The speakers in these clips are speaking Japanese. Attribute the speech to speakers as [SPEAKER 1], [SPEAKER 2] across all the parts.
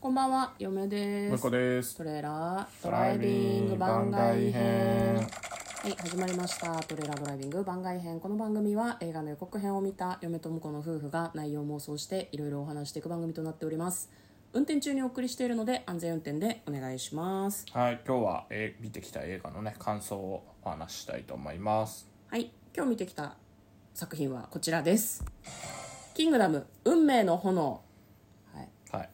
[SPEAKER 1] こんばんは、嫁で
[SPEAKER 2] む
[SPEAKER 1] す
[SPEAKER 2] こ。です
[SPEAKER 1] トレーラードライビング番外編。はい、始まりました。トレーラードライビング番外編。この番組は映画の予告編を見た嫁と婿の夫婦が内容を妄想していろいろお話していく番組となっております。運転中にお送りしているので安全運転でお願いします。
[SPEAKER 2] はい今日は、えー見てきた映画のね感想をお話ししたいと思います
[SPEAKER 1] はい、今日見てきた作品はこちらです。キングダム運命の炎。はい、
[SPEAKER 2] はい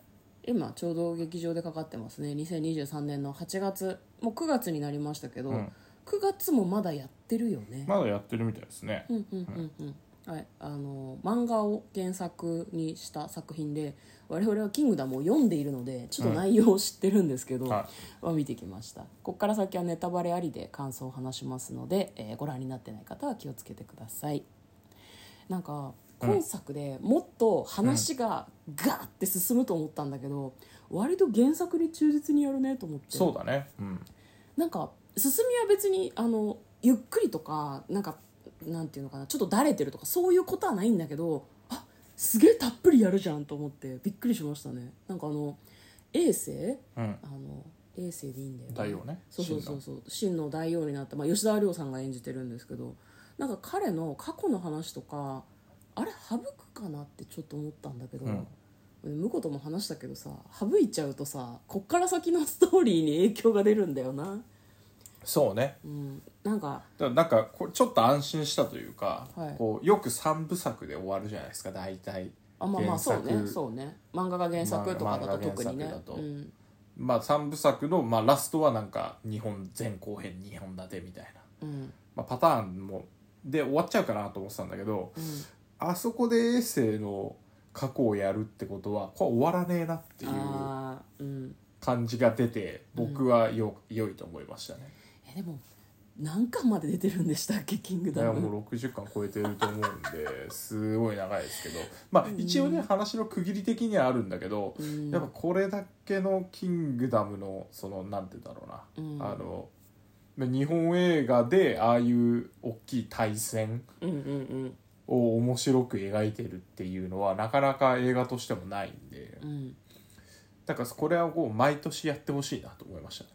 [SPEAKER 1] 今ちょうど劇場でかかってますね2023年の8月もう9月になりましたけど、
[SPEAKER 2] うん
[SPEAKER 1] 9月もまだやってるよね、
[SPEAKER 2] まだやってるみたいですね、
[SPEAKER 1] うんうんうんうんはいあの漫画を原作にした作品で我々は「キングダム」を読んでいるのでちょっと内容を知ってるんですけど、
[SPEAKER 2] は
[SPEAKER 1] は見てきましたここから先はネタバレありで感想を話しますので、えーご覧になってない方は気をつけてくださいなんか今作でもっと話がガーって進むと思ったんだけど、割と原作に忠実にやるねと思って
[SPEAKER 2] そうだねうん
[SPEAKER 1] なんか進みは別にあのゆっくりとかなんかなんていうのかなちょっとだれてるとかそういうことはないんだけどあすげえたっぷりやるじゃんと思ってびっくりしましたねなんかあの衛星
[SPEAKER 2] うん
[SPEAKER 1] あの衛星でいいんだよね
[SPEAKER 2] 大王ね
[SPEAKER 1] そうそうそうそう真の大王になった、まあ、吉沢亮さんが演じてるんですけどなんか彼の過去の話とかあれ省くかなってちょっと思ったんだけど、
[SPEAKER 2] うん
[SPEAKER 1] 向こうとも話したけどさ省いちゃうとさこっから先のストーリーに影響が出るんだよな、
[SPEAKER 2] そうね
[SPEAKER 1] うん、なんか
[SPEAKER 2] だからなんかこうちょっと安心したというか、
[SPEAKER 1] はい
[SPEAKER 2] こうよく3部作で終わるじゃないですか大体
[SPEAKER 1] あまあまあ
[SPEAKER 2] 原
[SPEAKER 1] そう
[SPEAKER 2] 作
[SPEAKER 1] ねそうね漫画が原作とかだと特に
[SPEAKER 2] 漫
[SPEAKER 1] ね
[SPEAKER 2] 画が原作だと
[SPEAKER 1] うん、
[SPEAKER 2] まあ3部作の、まあ、ラストはなんか日本前後編2本立てみたいな、
[SPEAKER 1] うん
[SPEAKER 2] まあ、パターンもで終わっちゃうかなと思ってたんだけど
[SPEAKER 1] うん、
[SPEAKER 2] あそこでエッセイの過去をやるってことはこれ終わらねえなっていう
[SPEAKER 1] あーうん
[SPEAKER 2] 感じが出て僕はよ、良いと思いましたね
[SPEAKER 1] えでも何巻まで出てるんでしたっけ「キング
[SPEAKER 2] いや
[SPEAKER 1] ダム」
[SPEAKER 2] もう60巻超えてると思うんですごい長いですけどまあ一応ね話の区切り的にはあるんだけど
[SPEAKER 1] うん
[SPEAKER 2] やっぱこれだけの「キングダム」のそのなんて言うんだろう
[SPEAKER 1] うん
[SPEAKER 2] なあのまあ日本映画でああいう大きい対戦
[SPEAKER 1] うんうんうん
[SPEAKER 2] を面白く描いてるっていうのはなかなか映画としてもないんで
[SPEAKER 1] うん
[SPEAKER 2] だからこれはこう毎年やってほしいなと思いましたね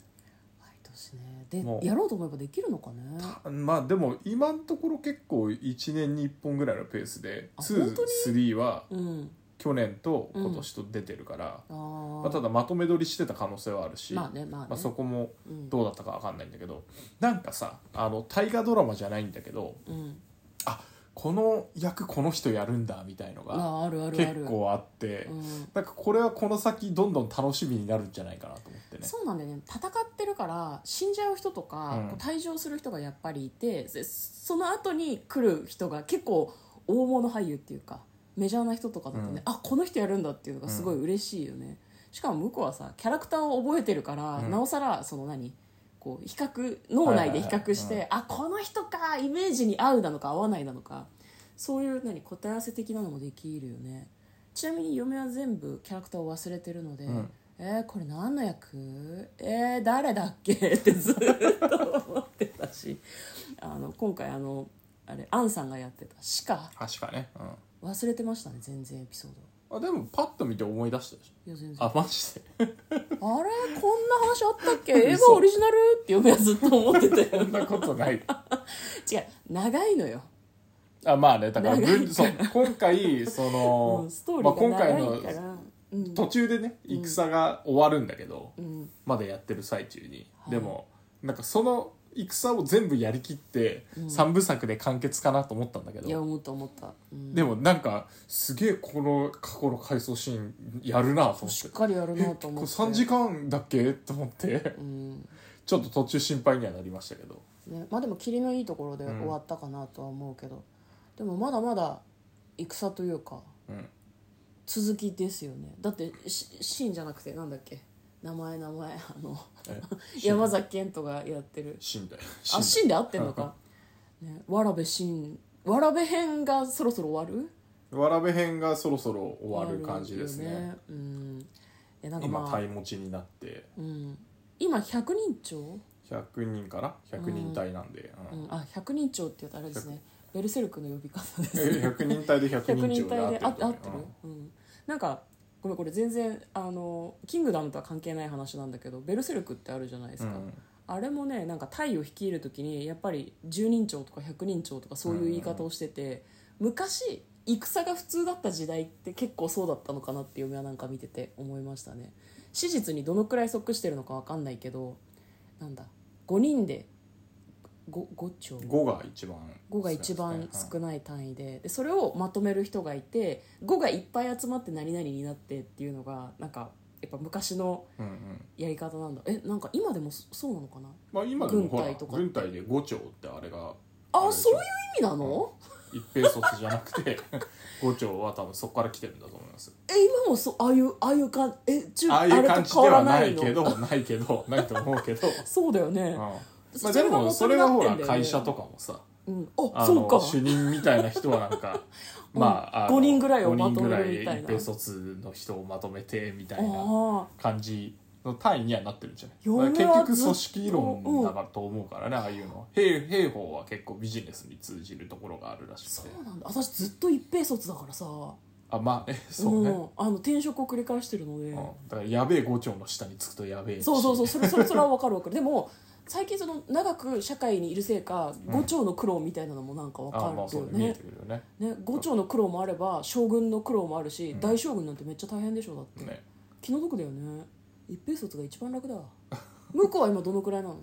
[SPEAKER 1] 毎年ねで
[SPEAKER 2] もう
[SPEAKER 1] やろうと思えばできるのかね
[SPEAKER 2] たまあでも今のところ結構1年に1本ぐらいのペースで
[SPEAKER 1] あ本当に
[SPEAKER 2] 23は
[SPEAKER 1] うん
[SPEAKER 2] 去年と今年と出てるから、
[SPEAKER 1] あー、
[SPEAKER 2] まあ、ただまとめ撮りしてた可能性はあるし、
[SPEAKER 1] まあねまあね、
[SPEAKER 2] まあそこも
[SPEAKER 1] うん
[SPEAKER 2] どうだったかわかんないんだけどなんかさあの大河ドラマじゃないんだけど
[SPEAKER 1] うん
[SPEAKER 2] この役この人やるんだみたいのが
[SPEAKER 1] ああるあるある
[SPEAKER 2] 結構あって
[SPEAKER 1] うん、
[SPEAKER 2] なんかこれはこの先どんどん楽しみになるんじゃないかなと思ってね。
[SPEAKER 1] そうなんだよね戦ってるから死んじゃう人とか、
[SPEAKER 2] うん
[SPEAKER 1] こう退場する人がやっぱりいてでその後に来る人が結構大物俳優っていうかメジャーな人とかだとね、
[SPEAKER 2] うん
[SPEAKER 1] あこの人やるんだっていうのがすごい嬉しいよね、しかも向こうはさキャラクターを覚えてるから、
[SPEAKER 2] うん
[SPEAKER 1] なおさらその何こう比較脳内で比較して、
[SPEAKER 2] はい
[SPEAKER 1] あこの人かイメージに合うなのか合わないなのかそういう何答え合わせ的なのもできるよねちなみに嫁は全部キャラクターを忘れてるので、
[SPEAKER 2] うん
[SPEAKER 1] えー、これ何の役えー、誰だっけってずっと思ってたしあの今回あのあれアンさんがやってた鹿
[SPEAKER 2] 確かね、う
[SPEAKER 1] 忘れてましたね全然エピソード
[SPEAKER 2] ん、あでもパッと見て思い出したでし
[SPEAKER 1] いや全然
[SPEAKER 2] ょあマジで
[SPEAKER 1] あれこんな話あったっけ映画オリジナルって嫁はずっと思って た
[SPEAKER 2] そ
[SPEAKER 1] よ
[SPEAKER 2] んな ことない。
[SPEAKER 1] 違う長いのよ
[SPEAKER 2] あまあねだから
[SPEAKER 1] 長いから
[SPEAKER 2] 分そう今回そ
[SPEAKER 1] も
[SPEAKER 2] の
[SPEAKER 1] うストーリーが
[SPEAKER 2] まあ、今
[SPEAKER 1] 長いか
[SPEAKER 2] 回
[SPEAKER 1] ら、
[SPEAKER 2] の
[SPEAKER 1] うん
[SPEAKER 2] 途中でね戦が終わるんだけど、
[SPEAKER 1] うん
[SPEAKER 2] まだやってる最中に、
[SPEAKER 1] はい
[SPEAKER 2] でもなんかその戦を全部やりきって、
[SPEAKER 1] う
[SPEAKER 2] 三
[SPEAKER 1] ん
[SPEAKER 2] 3部作で完結かなと思ったんだけ
[SPEAKER 1] いや
[SPEAKER 2] ど
[SPEAKER 1] 思った思った、うん
[SPEAKER 2] でもなんかすげえこの過去の回想シーンやるなと思っ
[SPEAKER 1] してっ。かりやるなと
[SPEAKER 2] こ
[SPEAKER 1] 思っ
[SPEAKER 2] れ
[SPEAKER 1] て
[SPEAKER 2] 3時間だっけと思って
[SPEAKER 1] うん
[SPEAKER 2] ちょっと途中心配にはなりましたけど
[SPEAKER 1] ね、まあでも霧のいいところで
[SPEAKER 2] うん
[SPEAKER 1] 終わったかなとは思うけど、でもまだまだ戦というか
[SPEAKER 2] うん
[SPEAKER 1] 続きですよねだってしシーンじゃなくてなんだっけ名前名前あの
[SPEAKER 2] え
[SPEAKER 1] 山崎賢人がやってる
[SPEAKER 2] 死んだよ
[SPEAKER 1] あシーンで合ってんのか、ね、わらべシーンわらべ編がそろそろ終わる
[SPEAKER 2] わらべ編がそろそろ終わる感じです
[SPEAKER 1] 終わるよ
[SPEAKER 2] ね
[SPEAKER 1] うんえなんか
[SPEAKER 2] 今
[SPEAKER 1] まあ
[SPEAKER 2] 体持ちになって
[SPEAKER 1] うん、今100人超、
[SPEAKER 2] 100人かな100人隊なんで、
[SPEAKER 1] う
[SPEAKER 2] うん
[SPEAKER 1] ん、あ100人超って言うとあれですねベルセルクの呼び方です
[SPEAKER 2] え100人隊で100
[SPEAKER 1] 100
[SPEAKER 2] 人
[SPEAKER 1] 人
[SPEAKER 2] 超で
[SPEAKER 1] 体で
[SPEAKER 2] 合
[SPEAKER 1] あ合っ
[SPEAKER 2] っ
[SPEAKER 1] てて
[SPEAKER 2] る
[SPEAKER 1] る
[SPEAKER 2] と思うよ、
[SPEAKER 1] うんなんかごめんこれ全然あの「キングダム」とは関係ない話なんだけど「ベルセルク」ってあるじゃないですか、
[SPEAKER 2] うん
[SPEAKER 1] あれもねなんかタイを率いる時にやっぱり10人長とか100人長とかそういう言い方をしてて、昔戦が普通だった時代って結構そうだったのかなって嫁はなんか見てて思いましたね史実にどのくらい即してるのかわかんないけどなんだ5人で 5, 5丁
[SPEAKER 2] 5が一番
[SPEAKER 1] 5が一番少ない単位で,、でそれをまとめる人がいて5がいっぱい集まって何々になってっていうのがなんかやっぱ昔の
[SPEAKER 2] うんうん
[SPEAKER 1] やり方なんだえなんか今でもそそうなのかな
[SPEAKER 2] まあ、今でもほら
[SPEAKER 1] 軍
[SPEAKER 2] 軍
[SPEAKER 1] 隊と
[SPEAKER 2] 隊
[SPEAKER 1] か
[SPEAKER 2] で5丁ってあれが
[SPEAKER 1] あそういう意味なの、
[SPEAKER 2] 一平卒じゃなくて 5丁は多分そこから来てるんだと思います
[SPEAKER 1] え今もそうああいうああいう感じえ中
[SPEAKER 2] ああいう感じではないけ
[SPEAKER 1] の
[SPEAKER 2] どないけどないと思うけ ど、
[SPEAKER 1] そうだよ
[SPEAKER 2] うん
[SPEAKER 1] ね
[SPEAKER 2] ま
[SPEAKER 1] そ
[SPEAKER 2] あ、
[SPEAKER 1] れ
[SPEAKER 2] で
[SPEAKER 1] が
[SPEAKER 2] もそれはほ
[SPEAKER 1] 元に
[SPEAKER 2] ら
[SPEAKER 1] なってんだよね
[SPEAKER 2] 会社とかもさ
[SPEAKER 1] うんあ
[SPEAKER 2] あ
[SPEAKER 1] そう
[SPEAKER 2] の
[SPEAKER 1] か
[SPEAKER 2] 主任みたいな人はなんか
[SPEAKER 1] うん
[SPEAKER 2] まああの
[SPEAKER 1] 五人ぐらいをまとめるみたいな
[SPEAKER 2] 五人ぐら一平卒の人をまとめてみたいな
[SPEAKER 1] あ
[SPEAKER 2] 感じの単位にはなってるんじゃな
[SPEAKER 1] 嫁
[SPEAKER 2] い
[SPEAKER 1] は
[SPEAKER 2] 結局
[SPEAKER 1] ずっと
[SPEAKER 2] 組織論だからと思うからねああいうのは兵兵法は結構ビジネスに通じるところがあるらし
[SPEAKER 1] あ
[SPEAKER 2] く
[SPEAKER 1] そ
[SPEAKER 2] て
[SPEAKER 1] うなんだ私ずっと一平卒だからさ
[SPEAKER 2] あまあねそうね、
[SPEAKER 1] ん、あの転職を繰り返してるので、
[SPEAKER 2] うん、だからやべえ五丁の下につくとやべえし
[SPEAKER 1] そうそうそうそれそれそれは分かる分かるでも最近その長く社会にいるせいか
[SPEAKER 2] うん
[SPEAKER 1] 五丁の苦労みたいなのもなんか分
[SPEAKER 2] あまあ
[SPEAKER 1] か
[SPEAKER 2] そ
[SPEAKER 1] るよ
[SPEAKER 2] うね見え
[SPEAKER 1] ね
[SPEAKER 2] てくるよね
[SPEAKER 1] ね五丁の苦労もあれば将軍の苦労もあるし、
[SPEAKER 2] うん
[SPEAKER 1] 大将軍なんてめっちゃ大変でしょだって、
[SPEAKER 2] ね
[SPEAKER 1] 気の毒だよね一平卒が一番楽だ向こうは今どのくらいなの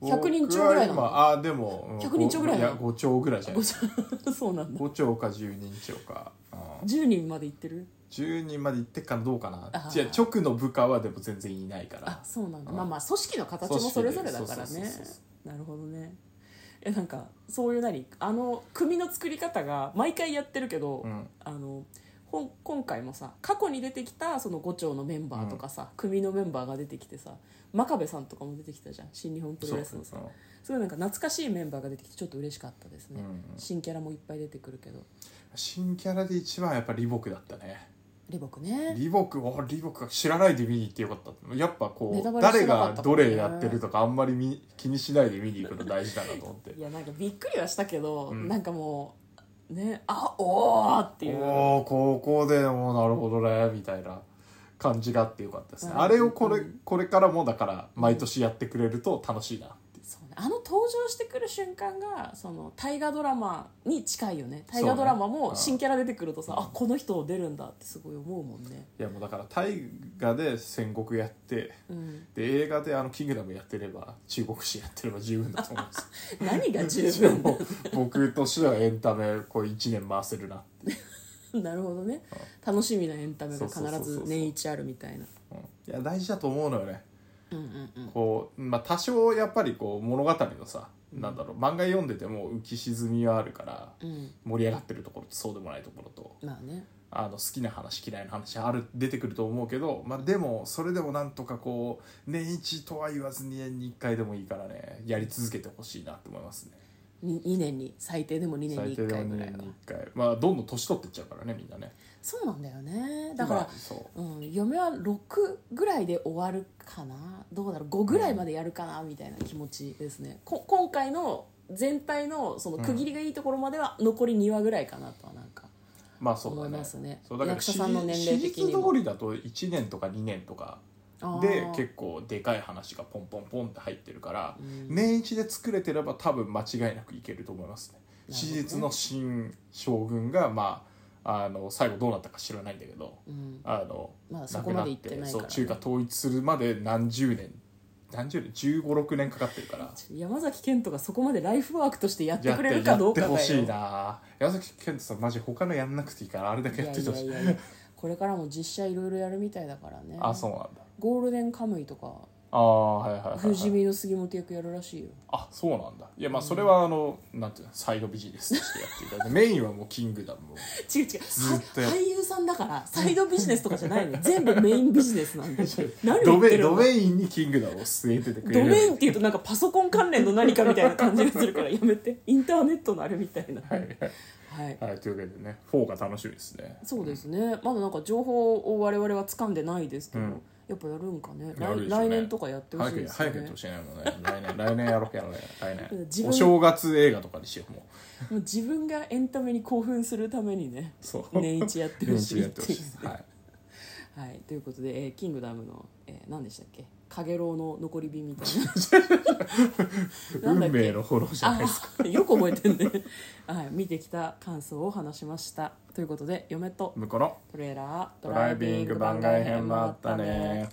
[SPEAKER 1] 100人超ぐらいな
[SPEAKER 2] 僕は
[SPEAKER 1] の
[SPEAKER 2] 今あでもうん
[SPEAKER 1] 100人超ぐらいなの
[SPEAKER 2] や5丁ぐらいじゃないですか
[SPEAKER 1] そうなん だ
[SPEAKER 2] 5丁か10人超か、うん
[SPEAKER 1] 10人まで行ってる
[SPEAKER 2] 10人まで行ってっかなどうか
[SPEAKER 1] あ
[SPEAKER 2] な
[SPEAKER 1] ー
[SPEAKER 2] じゃあ直の部下はでも全然いないか
[SPEAKER 1] あ
[SPEAKER 2] ら
[SPEAKER 1] そうなんだ
[SPEAKER 2] うん
[SPEAKER 1] まあまあ組織の形もそれぞれだから
[SPEAKER 2] 組織で
[SPEAKER 1] ね
[SPEAKER 2] そうそうそうそ
[SPEAKER 1] なるほどねえなんかそういう何あの組の作り方が毎回やってるけど、
[SPEAKER 2] うん
[SPEAKER 1] あのほん今回もさ過去に出てきたその5丁のメンバーとかさ、組のメンバーが出てきてさ真壁さんとかも出てきたじゃん新日本プロレスのさ
[SPEAKER 2] そう
[SPEAKER 1] すごいなんか懐かしいメンバーが出てきてちょっと嬉しかったです
[SPEAKER 2] うん
[SPEAKER 1] ね、
[SPEAKER 2] うん
[SPEAKER 1] 新キャラもいっぱい出てくるけど
[SPEAKER 2] 新キャラで一番はやっぱ李牧だったね
[SPEAKER 1] リボクね
[SPEAKER 2] 李牧お李牧が知らないで見に行ってよかったやっぱこ
[SPEAKER 1] ネタ
[SPEAKER 2] う
[SPEAKER 1] バレ
[SPEAKER 2] 誰
[SPEAKER 1] してなか
[SPEAKER 2] が
[SPEAKER 1] ったも
[SPEAKER 2] ど
[SPEAKER 1] んね
[SPEAKER 2] れやってるとかあんまり見気にしないで見に行くの大事だなと思って
[SPEAKER 1] いやなんかびっくりはしたけど、
[SPEAKER 2] うん
[SPEAKER 1] なんかもうねあおーっていう
[SPEAKER 2] おお高校でもなるほどねみたいな感じがあってよかったですね、
[SPEAKER 1] うん
[SPEAKER 2] あれをこれ
[SPEAKER 1] うん
[SPEAKER 2] これからもだから毎年やってくれると楽しいなって
[SPEAKER 1] そうね、あの登場してくる瞬間がその大河ドラマに近いよね大河ドラマ
[SPEAKER 2] そうねう
[SPEAKER 1] も
[SPEAKER 2] ん
[SPEAKER 1] 新キャラ出てくるとさ、
[SPEAKER 2] うん
[SPEAKER 1] あこの人出るんだってすごい思うもんね、
[SPEAKER 2] いやもうだから大河で戦国やって
[SPEAKER 1] うん、
[SPEAKER 2] で映画であの「キングダム」やってれば中国史やってれば十分だと思うんです
[SPEAKER 1] 何が 十分だ
[SPEAKER 2] もう僕としてはエンタメこう1年回せるなっ て、
[SPEAKER 1] なるほどね楽しみなエンタメが必
[SPEAKER 2] そうそうそう
[SPEAKER 1] ず
[SPEAKER 2] そう
[SPEAKER 1] 年一あるみたいな
[SPEAKER 2] うんいや大事だと思うのよね
[SPEAKER 1] うんうんうん
[SPEAKER 2] こう、まあ、多少やっぱりこう物語のさなんだろう漫画読んでても浮き沈みはあるから
[SPEAKER 1] うん
[SPEAKER 2] 盛り上がってるところとそうでもないところと
[SPEAKER 1] まあね
[SPEAKER 2] あの好きな話嫌いな話ある出てくると思うけど、まあ、でもそれでもなんとかこう年一とは言わずに年に1回でもいいからねやり続けてほしいなと思いますね
[SPEAKER 1] に2年に最低でも2年
[SPEAKER 2] 最
[SPEAKER 1] に
[SPEAKER 2] 低
[SPEAKER 1] 1
[SPEAKER 2] でも
[SPEAKER 1] 回
[SPEAKER 2] 2
[SPEAKER 1] ぐらい
[SPEAKER 2] 年
[SPEAKER 1] は
[SPEAKER 2] に1回まあどんどん年取ってっちゃうからねみんなね
[SPEAKER 1] そうなんだよねだから
[SPEAKER 2] まあ、そ
[SPEAKER 1] うん、嫁は6ぐらいで終わるかなどうだろう5ぐらいまでやるかなみたいな気持ちですね、こ今回の全体のその区切りがいいところまでは残り2話ぐらいかなとはなんか
[SPEAKER 2] うまあそうだ
[SPEAKER 1] 思
[SPEAKER 2] ね
[SPEAKER 1] いますね,、
[SPEAKER 2] そうだから
[SPEAKER 1] 役者さんの年齢的に
[SPEAKER 2] 史実
[SPEAKER 1] も
[SPEAKER 2] 通りだと1年とか2年とかで結構でかい話がポンポンポンって入ってるから、
[SPEAKER 1] うん
[SPEAKER 2] 年一で作れてれば多分間違いなくいけると思いますね
[SPEAKER 1] なるほどね
[SPEAKER 2] 史実の新将軍がまああの最後どうなったか知らないんだけど
[SPEAKER 1] 構、うん、
[SPEAKER 2] あの
[SPEAKER 1] まだそこまで行ってないからね
[SPEAKER 2] 亡くそう中華統一するまで何十年何十年1 5六6年かかってるから
[SPEAKER 1] 山崎賢人がそこまでライフワークとしてやって
[SPEAKER 2] やっ
[SPEAKER 1] く
[SPEAKER 2] て
[SPEAKER 1] れるかどうかだ
[SPEAKER 2] や
[SPEAKER 1] よ
[SPEAKER 2] ってほしいな山崎賢人さんマジ他のやんなくていいからあれだ
[SPEAKER 1] い
[SPEAKER 2] けや
[SPEAKER 1] や
[SPEAKER 2] っ
[SPEAKER 1] い
[SPEAKER 2] といてほ
[SPEAKER 1] や
[SPEAKER 2] しい
[SPEAKER 1] いやいやこれからも実写いろいろやるみたいだからね
[SPEAKER 2] あそうなんだ
[SPEAKER 1] ゴールデンカムイとか
[SPEAKER 2] ああはいはいはい、はい、
[SPEAKER 1] 不死身の杉本役やるらしいよ
[SPEAKER 2] あそうなんだいやまあそれはあの、なんていうのサイドビジネスとしてやっていただいて メインはもうキングダムを
[SPEAKER 1] 違う違う
[SPEAKER 2] ずっとやっ
[SPEAKER 1] 俳優さんだからサイドビジネスとかじゃないの全部メインビジネス なんで何
[SPEAKER 2] ド
[SPEAKER 1] を言っ
[SPEAKER 2] メ
[SPEAKER 1] て
[SPEAKER 2] イン
[SPEAKER 1] るの
[SPEAKER 2] ド
[SPEAKER 1] ドメ
[SPEAKER 2] メインにキングダムを据えててくれる
[SPEAKER 1] インっていうとなんかパソコン関連の何かみたいな感じがするからやめてインターネットのあれみたいなは、
[SPEAKER 2] はいいはい、はい、というわけでね4が楽しみですね
[SPEAKER 1] そうですねまだなんか情報を我々は掴んでないですけど、
[SPEAKER 2] うん
[SPEAKER 1] やっぱやるんかね
[SPEAKER 2] やる
[SPEAKER 1] 来
[SPEAKER 2] でしょ
[SPEAKER 1] 来
[SPEAKER 2] うね
[SPEAKER 1] 年とかやってほ
[SPEAKER 2] 早
[SPEAKER 1] しい
[SPEAKER 2] く
[SPEAKER 1] で
[SPEAKER 2] や
[SPEAKER 1] すよ
[SPEAKER 2] 早くやっ
[SPEAKER 1] ね
[SPEAKER 2] てほしいねもうね来年来年やろうやろうや来
[SPEAKER 1] 自分
[SPEAKER 2] 年お正月映画とかにしようもう
[SPEAKER 1] もう自分がエンタメに興奮するためにね
[SPEAKER 2] そう
[SPEAKER 1] 年一やってほしいっていう
[SPEAKER 2] 年一やってほしいですはい
[SPEAKER 1] はい、ということで、えーキングダムの、えー何でしたっけかげろうの残り火みたいななんだっ
[SPEAKER 2] 運
[SPEAKER 1] け
[SPEAKER 2] 命の炎じゃないですか
[SPEAKER 1] あーよく覚えてんね、 はい、見てきた感想を話しましたということで嫁と
[SPEAKER 2] 向こうの
[SPEAKER 1] トレーラード
[SPEAKER 2] ドライビング番外編もあったね